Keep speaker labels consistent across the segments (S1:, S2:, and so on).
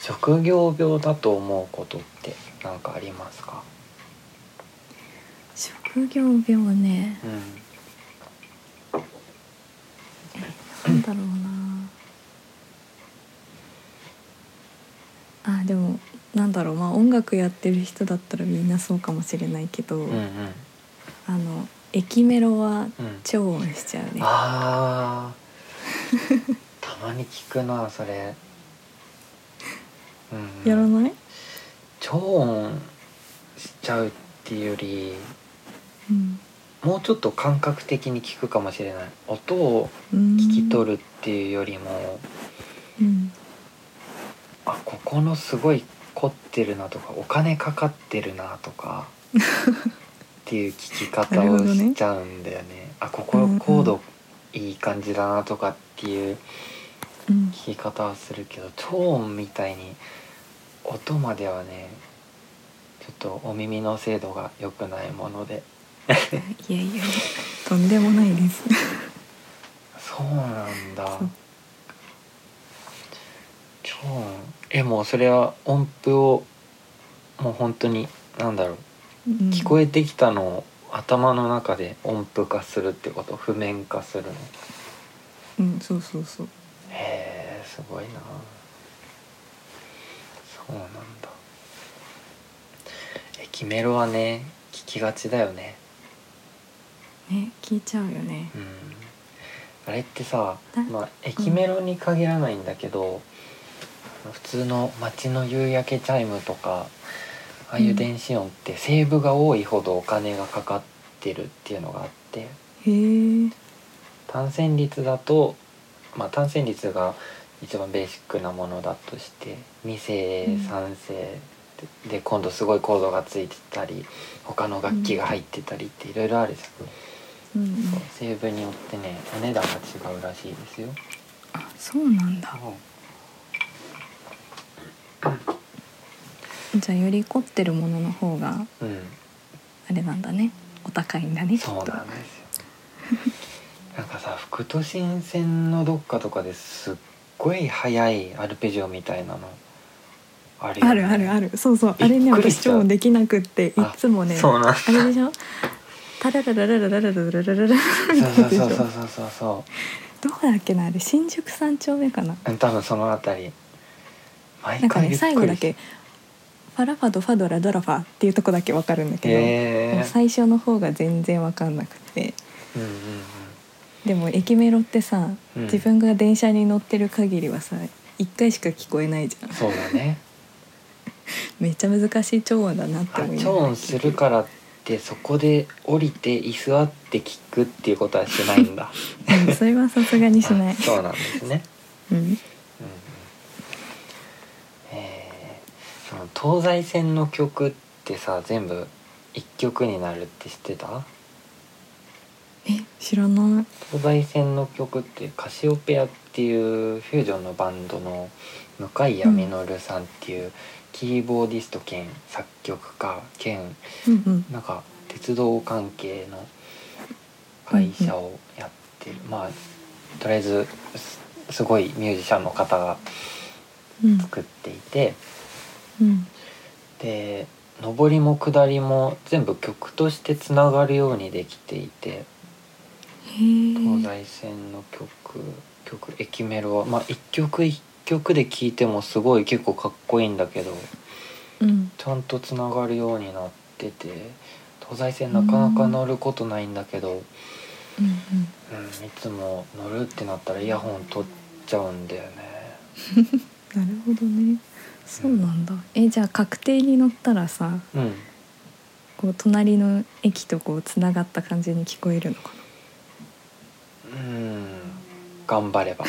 S1: 職業病だと思うことって何かありますか、
S2: 職業病ね
S1: うん、
S2: なんだろうなあでもなんだろうまあ音楽やってる人だったらみんなそうかもしれないけど、
S1: うんうん
S2: あの駅メロは
S1: うん
S2: 超音しちゃうね
S1: あ ーたまに聞くなそれ、うん、
S2: やらない、
S1: 超音しちゃうっていうより
S2: うん
S1: もうちょっと感覚的に聞くかもしれない音を
S2: うん、
S1: 聞き取るっていうよりも、
S2: うん
S1: あここのすごい凝ってるなとかお金かかってるなと かっていう聞き方
S2: なる
S1: を
S2: ほどね
S1: しちゃうんだよねあこ
S2: う
S1: こ
S2: んうん
S1: コードいい感じだなとかっていう
S2: うん
S1: 聞き方はするけど超音みたいに音まではねちょっとお耳の精度が良くないもので
S2: いやいやとんでもないです
S1: そうなんだ
S2: そう
S1: 超音えもうそれは音符をもう本当になんだろう聞こ
S2: え
S1: えてきたのを頭の中で音符化するってこと譜面化するの
S2: うんそうそうそう
S1: へえすごいなそうなんだ駅メロはね聞きがちだよね
S2: ね聞いちゃうよね
S1: うんあれってさ
S2: だ
S1: まあ駅メロに限らないんだけど、普通の街の夕焼けチャイムとかああいう電子音ってセーブが多いほどお金がかかってるっていうのがあって、
S2: へえ
S1: 単線率だと、まあ、単線率が一番ベーシックなものだとして2声
S2: うん
S1: 3声でで今度すごいコードがついてたり他の楽器が入ってたりっていろいろあるじゃん、
S2: うんうん
S1: そうセーブによってねお値段が違うらしいですよ
S2: あそうなんだじゃあより凝ってるものの方が
S1: うん
S2: あれなんだねお高いんだねきっ
S1: そう
S2: と
S1: なんですよ なんかさ副都心線のどっかとかですっごい速いアルペジオみたいなのあるよね
S2: あるあるあるそうそうあれ
S1: び
S2: ね
S1: っくりした
S2: 私超できなくってい
S1: あ
S2: つもね
S1: そうなんだ
S2: あれでしょタララララララララララララ
S1: そうそうそうそうそうそうそ
S2: どこだっけなあれ新宿三丁目かな
S1: ううん多分そのあたり
S2: な
S1: 毎
S2: んか
S1: 回
S2: ね
S1: びっくり
S2: 最後だけファラファドファドラドラファっていうとこだけわかるんだけど、
S1: へ
S2: もう
S1: ー
S2: 最初の方が全然わかんなくて
S1: うんうん
S2: でも駅メロってさ、
S1: うん
S2: 自分が電車に乗ってる限りはさ一回しか聞こえないじゃん
S1: うんそうだ ね
S2: めっちゃ難しい超音だなって
S1: あ
S2: 思いな
S1: 超
S2: がら
S1: 音するからってそこで降りて居座って聞くっていうことはしない んだ
S2: うんそれはさすがにしな
S1: あ
S2: い
S1: そうなんですね
S2: うん
S1: うんうんえーその東西線の曲ってさ全部一曲になるって知ってた
S2: え知らない
S1: 東西線の曲ってカシオペアっていうフュージョンのバンドの向谷実さんっていうキーボーディスト兼作曲家兼
S2: うんうん
S1: なんか鉄道関係の会社をやってる、まあとりあえずすすごいミュージシャンの方が
S2: うん
S1: 作っていて
S2: うん
S1: で上りも下りも全部曲としてつながるようにできていて。東
S2: へえ
S1: 西線の曲曲駅メロはまあ一曲一曲で聴いてもすごい結構かっこいいんだけど
S2: うん
S1: ちゃんとつながるようになってて東西線なかなか乗ることないんだけど、うん
S2: うん
S1: いつも乗るってなったらイヤホン取っちゃうんだよね
S2: うんなるほどねそうなんだえじゃあ確定に乗ったらさ
S1: うん
S2: こう隣の駅とこうつながった感じに聞こえるのかな
S1: うん頑張れば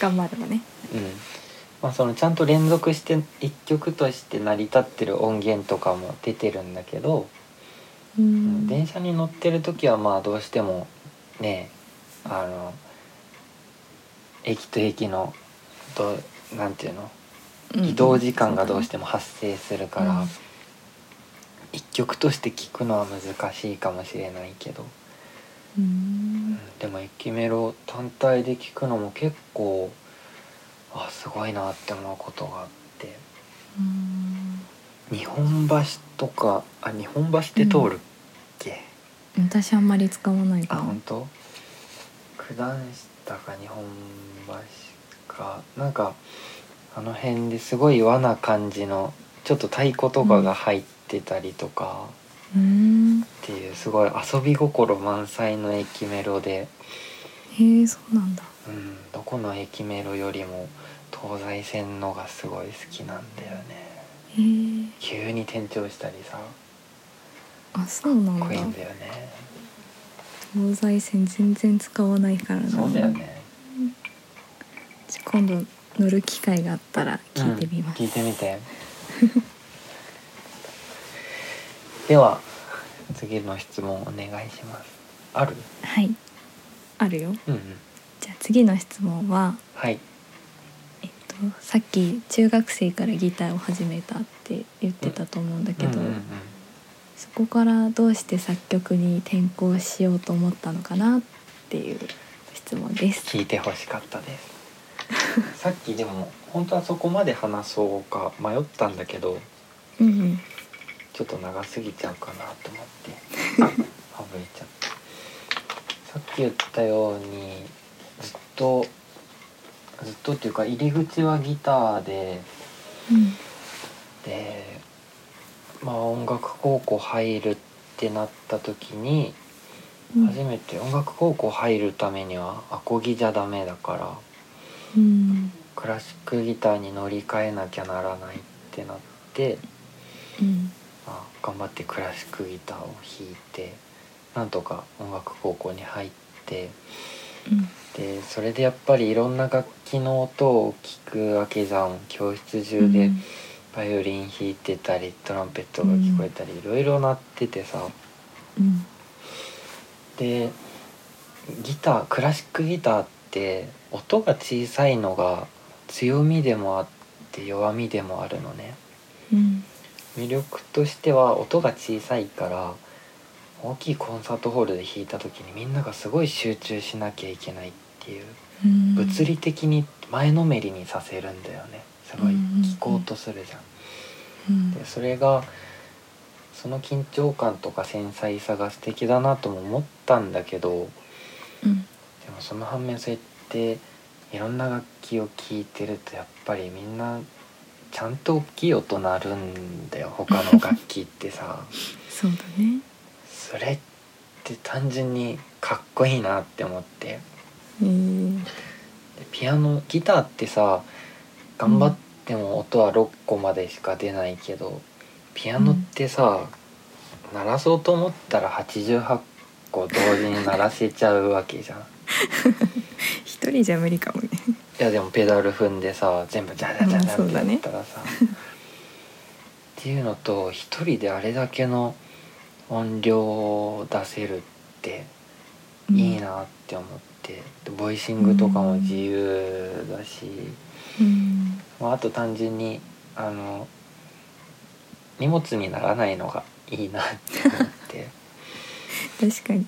S2: 頑張ればね
S1: うんまあそのちゃんと連続して一曲として成り立ってる音源とかも出てるんだけど、
S2: う
S1: うん
S2: ん
S1: 電車に乗ってる時はまあどうしてもねあの駅と駅のどうなんていうの移動時間がどうしても発生するから、
S2: うん
S1: 一曲として聴くのは難しいかもしれないけど、
S2: うん
S1: でも駅メロ単体で聴くのも結構あすごいなって思うことがあって
S2: うん
S1: 日本橋とかあ日本橋って通るっけ、
S2: 私あんまり使わない
S1: あ
S2: かも
S1: 本当九段下か日本橋かなんかあの辺ですごい和な感じのちょっと太鼓とかが入ってたりとか
S2: うんへ
S1: っていうすごい遊び心満載の駅メロで、
S2: えそうなんだ
S1: うん、どこの駅メロよりも東西線のがすごい好きなんだよね
S2: へえ
S1: 急に転調したりさ
S2: あそうな
S1: か
S2: ん
S1: っ
S2: だ
S1: こいいんだよね
S2: 東西線全然使わないからな
S1: そうだよね
S2: じゃ今度乗る機会があったら聞いてみま
S1: う
S2: す、
S1: ん聞いてみて では次の質問お願いしますある
S2: はいあるよ
S1: うんうん
S2: じゃあ次の質問は、
S1: はい
S2: えっと、さっき中学生からギターを始めたって言ってたと思うんだけど、
S1: うんうんうん
S2: そこからどうして作曲に転向しようと思ったのかなっていう質問です。
S1: 聞いてほしかったです さっきでも本当はそこまで話そうか迷ったんだけど
S2: うんうん、
S1: ちょっと長すぎちゃうかなと思って 省いちゃったさっき言ったようにずっとずっとっていうか入り口はギターで
S2: うん、
S1: でまあ音楽高校入るってなった時に
S2: うん
S1: 初めて音楽高校入るためにはアコギじゃダメだから
S2: うん、
S1: クラシックギターに乗り換えなきゃならないってなって、
S2: うん、
S1: まあ、頑張ってクラシックギターを弾いてなんとか音楽高校に入って
S2: うん、
S1: でそれでやっぱりいろんな楽器の音を聞くわけじゃん教室中で。バイオリン弾いてたりトランペットが聞こえたりいろいろ鳴っててさ
S2: うん、
S1: でギタークラシックギターって音が小さいのが強みでもあって弱みでもあるのね
S2: うん、
S1: 魅力としては音が小さいから大きいコンサートホールで弾いた時にみんながすごい集中しなきゃいけないっていう
S2: うん、
S1: 物理的に前のめりにさせるんだよねすごい聞こうとするじゃん。
S2: うん、
S1: でそれがその緊張感とか繊細さが素敵だなとも思ったんだけどでも
S2: うん、
S1: その反面そうやっていろんな楽器を聴いてるとやっぱりみんなちゃんと大きい音鳴るんだよ他の楽器ってさ
S2: そうだね。
S1: それって単純にかっこいいなって思って
S2: うん、
S1: でピアノギターってさ頑張っても音は6個までしか出ないけど、ピアノってさ、鳴らそうと思ったら88個同時に鳴らせちゃうわけじゃんい
S2: 一人じゃ無理かもね。
S1: やでもペダル踏んでさ全部ジャジャジャジャ
S2: うんそうだ
S1: って
S2: ね
S1: やったらさ、っていうのと一人であれだけの音量を出せるっていい。なって思って、でボイシングとかも自由だし。
S2: うん、
S1: まあ、あと単純にあの荷物にならないのがいいなって思ってっ
S2: 確かに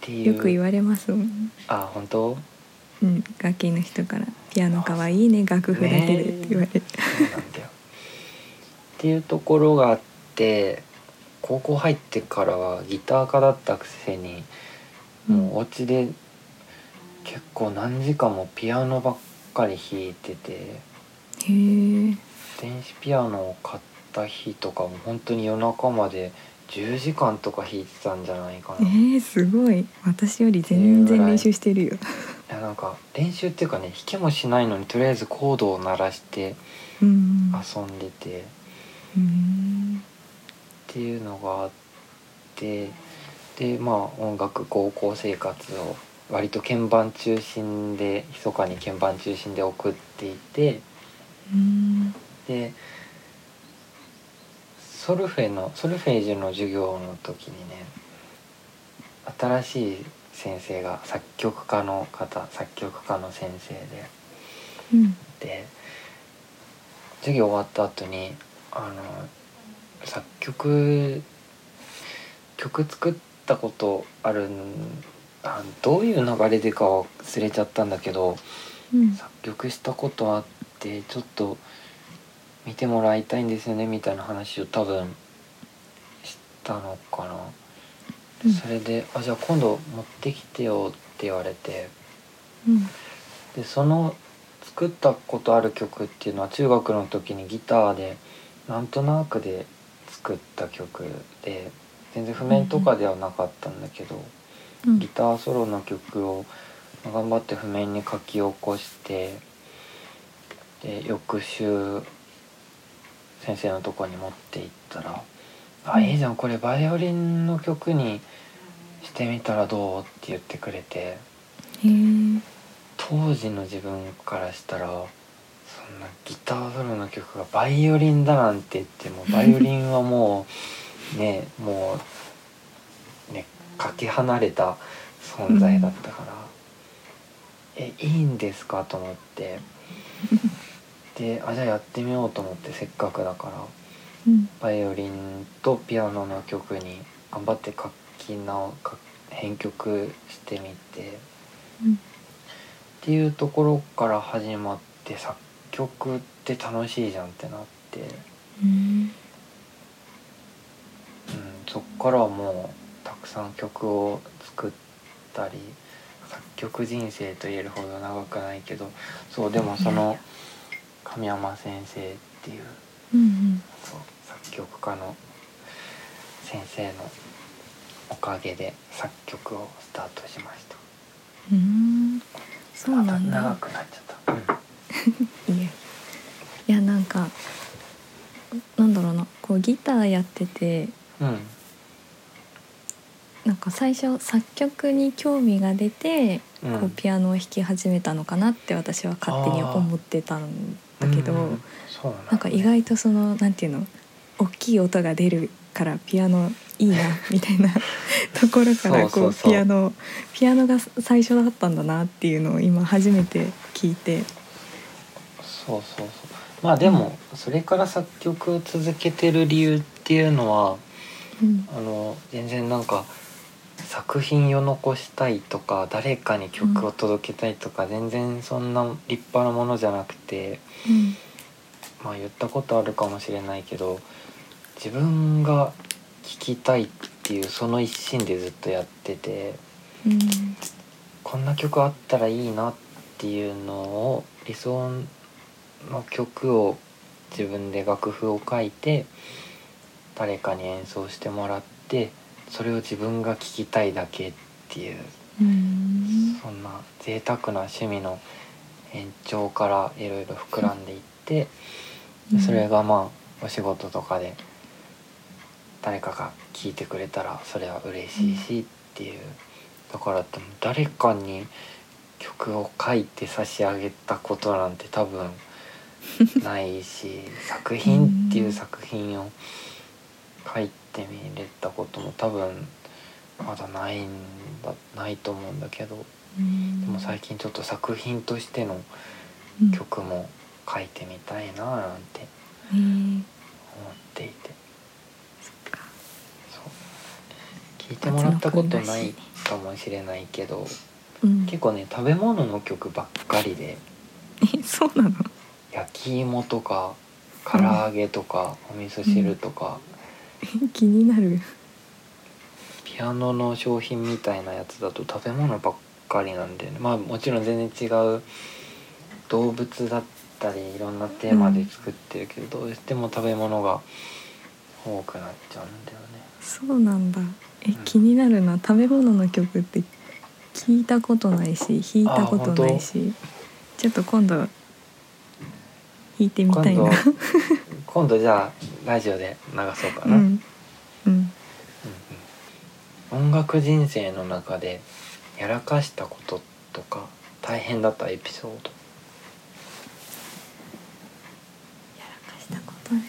S1: ていう
S2: よく言われますもん。
S1: あ本当
S2: うん、楽器の人から「ピアノ可愛いね楽譜だけで」って言われる、
S1: そうなんだよ。っていうところがあって高校入ってからはギター科だったくせにもうお家で結構何時間もピアノばっかり弾いてて
S2: へえ
S1: 電子ピアノを買った日とかも本当に夜中まで10時間とか弾いてたんじゃないか
S2: え
S1: な。
S2: ー、すごい私より全然練習してるよ、
S1: いやなんか練習っていうかね弾けもしないのにとりあえずコードを鳴らして
S2: うん、
S1: 遊んでてっ
S2: うん
S1: ていうのがあってでまあ音楽高校生活を割と鍵盤中心で密かに鍵盤中心で送っていて
S2: うん
S1: でソルフェのソルフェージュの授業の時にね新しい先生が作曲家の方作曲家の先生で。
S2: うん
S1: で授業終わった後にあの作曲曲作ったことあるんあどういう流れでかは忘れちゃったんだけど
S2: うん
S1: 作曲したことあってちょっと見てもらいたいんですよねみたいな話を多分したのかな、
S2: うん
S1: それで「あじゃあ今度持ってきてよ」って言われて
S2: うん
S1: でその作ったことある曲っていうのは中学の時にギターでなんとなくで作った曲で全然譜面とかではなかったんだけど、
S2: うん
S1: ギターソロの曲を頑張って譜面に書き起こしてで翌週先生のとこに持って行ったら「あいいじゃんこれバイオリンの曲にしてみたらどう?」って言ってくれて
S2: へー
S1: 当時の自分からしたらそんなギターソロの曲がバイオリンだなんて言ってもバイオリンはもうねもうねかけ離れた存在だったから「えいいんですか?」と思ってであじゃあやってみようと思ってせっかくだから
S2: うん
S1: バイオリンとピアノの曲に頑張って書き直書編曲してみて。
S2: うん
S1: っていうところから始まって作曲って楽しいじゃんってなって、うん、
S2: うん
S1: そっからはもうたくさん曲を作ったり作曲人生と言えるほど長くないけどそうでもその神山先生っていう
S2: うん
S1: そう作曲家の先生のおかげで作曲をスタートしました。
S2: うんそうなん
S1: あ長
S2: だ
S1: くなっちゃった。
S2: いやいやなんかなんだろうなこうギターやってて
S1: うん、うん、
S2: なんか最初作曲に興味が出て、
S1: うん
S2: こうピアノを弾き始めたのかなって私は勝手に思ってたんだけど、
S1: うんそうだ
S2: なんか意外とそのなんていうの大きい音が出るからピアノいい なみたいな ところか
S1: そ
S2: らこう
S1: うそうそう
S2: ピアノピアノが最初だったんだなっていうのを今初めて聞いて。
S1: そうそうそうまあでもそれから作曲を続けてる理由っていうのは
S2: うん
S1: あの全然なんか作品を残したいとか誰かに曲を届けたいとか、全然そんな立派なものじゃなくて
S2: うん
S1: まあ言ったことあるかもしれないけど自分が聴きたいっていうその一心でずっとやってて
S2: うん
S1: こんな曲あったらいいなっていうのを理想の曲を自分で楽譜を書いて誰かに演奏してもらってそれを自分が聴きたいだけっていう
S2: うん
S1: そんな贅沢な趣味の延長からいろいろ膨らんでいって
S2: うん
S1: それがまあお仕事とかで誰かが聞いてくれたらそれは嬉しいしっていうだからでも誰かに曲を書いて差し上げたことなんて多分ないし作品っていう作品を書いてみれたことも多分まだないんだないと思うんだけどでも最近ちょっと作品としての
S2: うん
S1: 曲も書いてみたいななんて
S2: へー
S1: 思っていて
S2: そっか
S1: そう聞いてもらったことないかもしれないけど
S2: うん
S1: 結構ね食べ物の曲ばっかりで
S2: えそうなの
S1: 焼き芋とか唐揚げとかお味噌汁とか、
S2: え気になる
S1: ピアノの商品みたいなやつだと食べ物ばっかりなんで、ね、まあもちろん全然違う動物だったりいろんなテーマで作ってるけど、どうしても食べ物が多くなっちゃうんだよね。
S2: そうなんだえ、
S1: うん
S2: 気になるな食べ物の曲って聞いたことないし弾いたこ
S1: あ
S2: と
S1: 本当
S2: ないしちょっと今度弾いてみたい
S1: 今
S2: な
S1: 度 今度じゃあラジオで流そうか
S2: う
S1: な、
S2: んうん
S1: うんうん音楽人生の中でやらかしたこととか大変だったエピソード
S2: やらかしたことね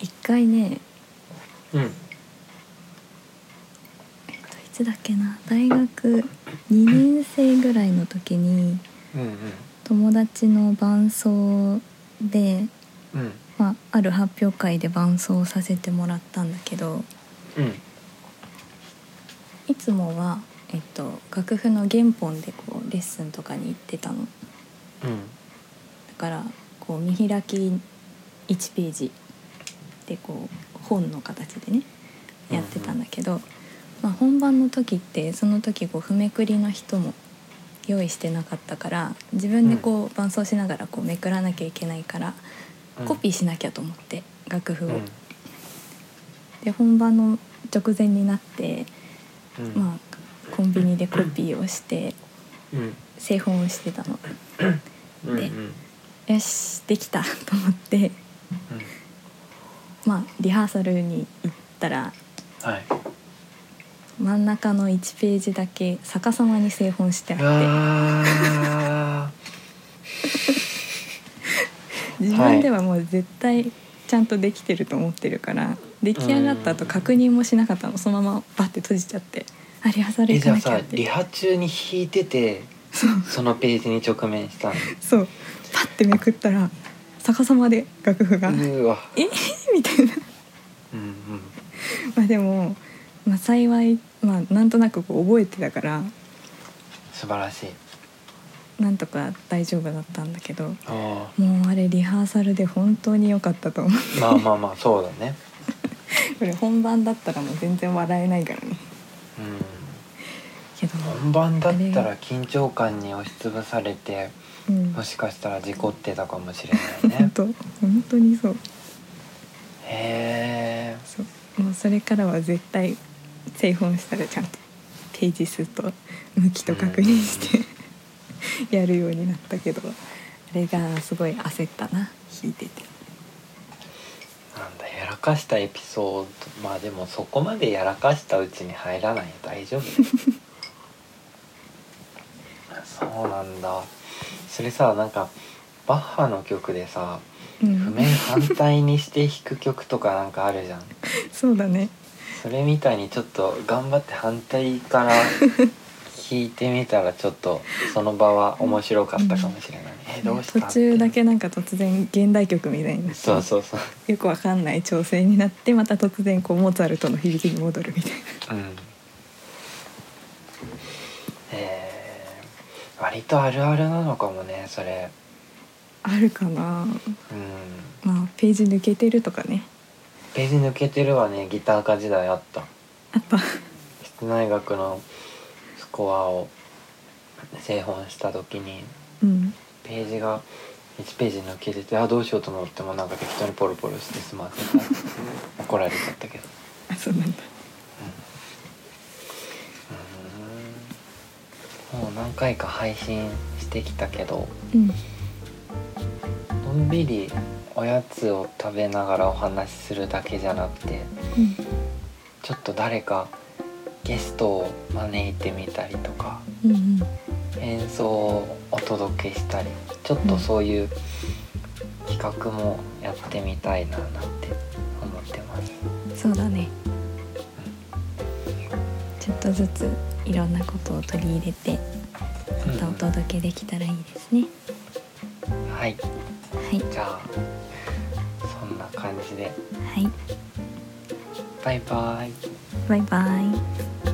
S2: 一回ね
S1: うん、うん、
S2: えっといつだっけな大学2年生ぐらいの時に
S1: うん
S2: 友達の伴奏で、
S1: うんうん
S2: まあ、ある発表会で伴奏させてもらったんだけど
S1: うん
S2: いつもは、えっと、楽譜の原本でこうレッスンとかに行ってたのだ
S1: うん
S2: からこう見開き1ページでこう本の形でねやってたんだけど、まあ、本番の時ってその時こう譜めくりの人も用意してなかったから自分でこう伴奏しながらこうめくらなきゃいけないから、コピーしなきゃと思って楽譜を。
S1: うん
S2: で本番の直前になって、
S1: うん
S2: まあ、コンビニでコピーをして
S1: うん
S2: 製本をしてたの。
S1: うんうん
S2: でよしできたと思って、
S1: うん
S2: まあ、リハーサルに行ったら
S1: はい
S2: 真ん中の1ページだけ逆さまに製本して
S1: うわ
S2: あって自分ではもう絶対ちゃんとできてると思ってるから出来上がった後確認もしなかったのそのままバッて閉じちゃってあリハーサ
S1: ー
S2: ル
S1: え
S2: 行
S1: じ
S2: か
S1: ゃあ
S2: なきゃ
S1: さ
S2: っ
S1: リ
S2: て
S1: ハ中に弾いてて
S2: そう
S1: そのページに直面したの
S2: そうパッてめくったら逆さまで楽譜が
S1: う。ーわ
S2: え みたいな
S1: うん
S2: まあでも、まあ、幸い、まあ、なんとなくこう覚えてたから
S1: 素晴らしい
S2: なんとか大丈夫だったんだけど
S1: あ
S2: もうあれリハーサルで本当に良かったと思う
S1: ーまあまあまあそうだね
S2: これ本番だったらもう全然笑えないからね
S1: うん
S2: けど、
S1: 本番だったら緊張感に押しつぶされて
S2: うん、
S1: も
S2: 本
S1: しかしたら事故ってたかもしれないね
S2: 当本当にそう
S1: へえ
S2: そうもうそれからは絶対製本したらちゃんとページ数と向きと確認して やるようになったけどあれがすごい焦ったな弾いてて。
S1: なんだやらかしたエピソードまあでもそこまでやらかしたうちに入らない大丈夫 そうなんだそれさなんかバッハの曲でさ
S2: うん
S1: 譜面反対にして弾く曲とかなんかあるじゃん
S2: そうだね
S1: それみたいにちょっと頑張って反対から弾いてみたらちょっとその場は面白かったかもしれない、えどうした
S2: 途
S1: って
S2: 中だけなんか突然現代曲みたいになって
S1: そうそうそう
S2: よくわかんない調整になってまた突然こうモーツァルトの響きに戻るみたいな
S1: うんえー、割とあるあるなのかもねそれ
S2: あるかな
S1: うん
S2: まあページ抜けてるとかね
S1: ページ抜けてるわねギター科時代あった
S2: あった
S1: 室内楽のスコアを製本した時に
S2: うん
S1: ページが1ページ抜けててあどうしようと思ってもなんか適当にポロポロしてしまってた怒られちゃったけど
S2: あそうなんだ
S1: うーんもう何回か配信してきたけど
S2: うん
S1: のんびりおやつを食べながらお話しするだけじゃなくて
S2: うん
S1: ちょっと誰かゲストを招いてみたりとか
S2: うん
S1: 演奏をお届けしたりちょっとそういう企画もやってみたいななんて思ってます。
S2: うんそうだねちょっとずついろんなことを取り入れてまたお届けできたらいいですね
S1: はい
S2: はい
S1: じゃあそんな感じで
S2: はい
S1: バイバイ。
S2: バイバイ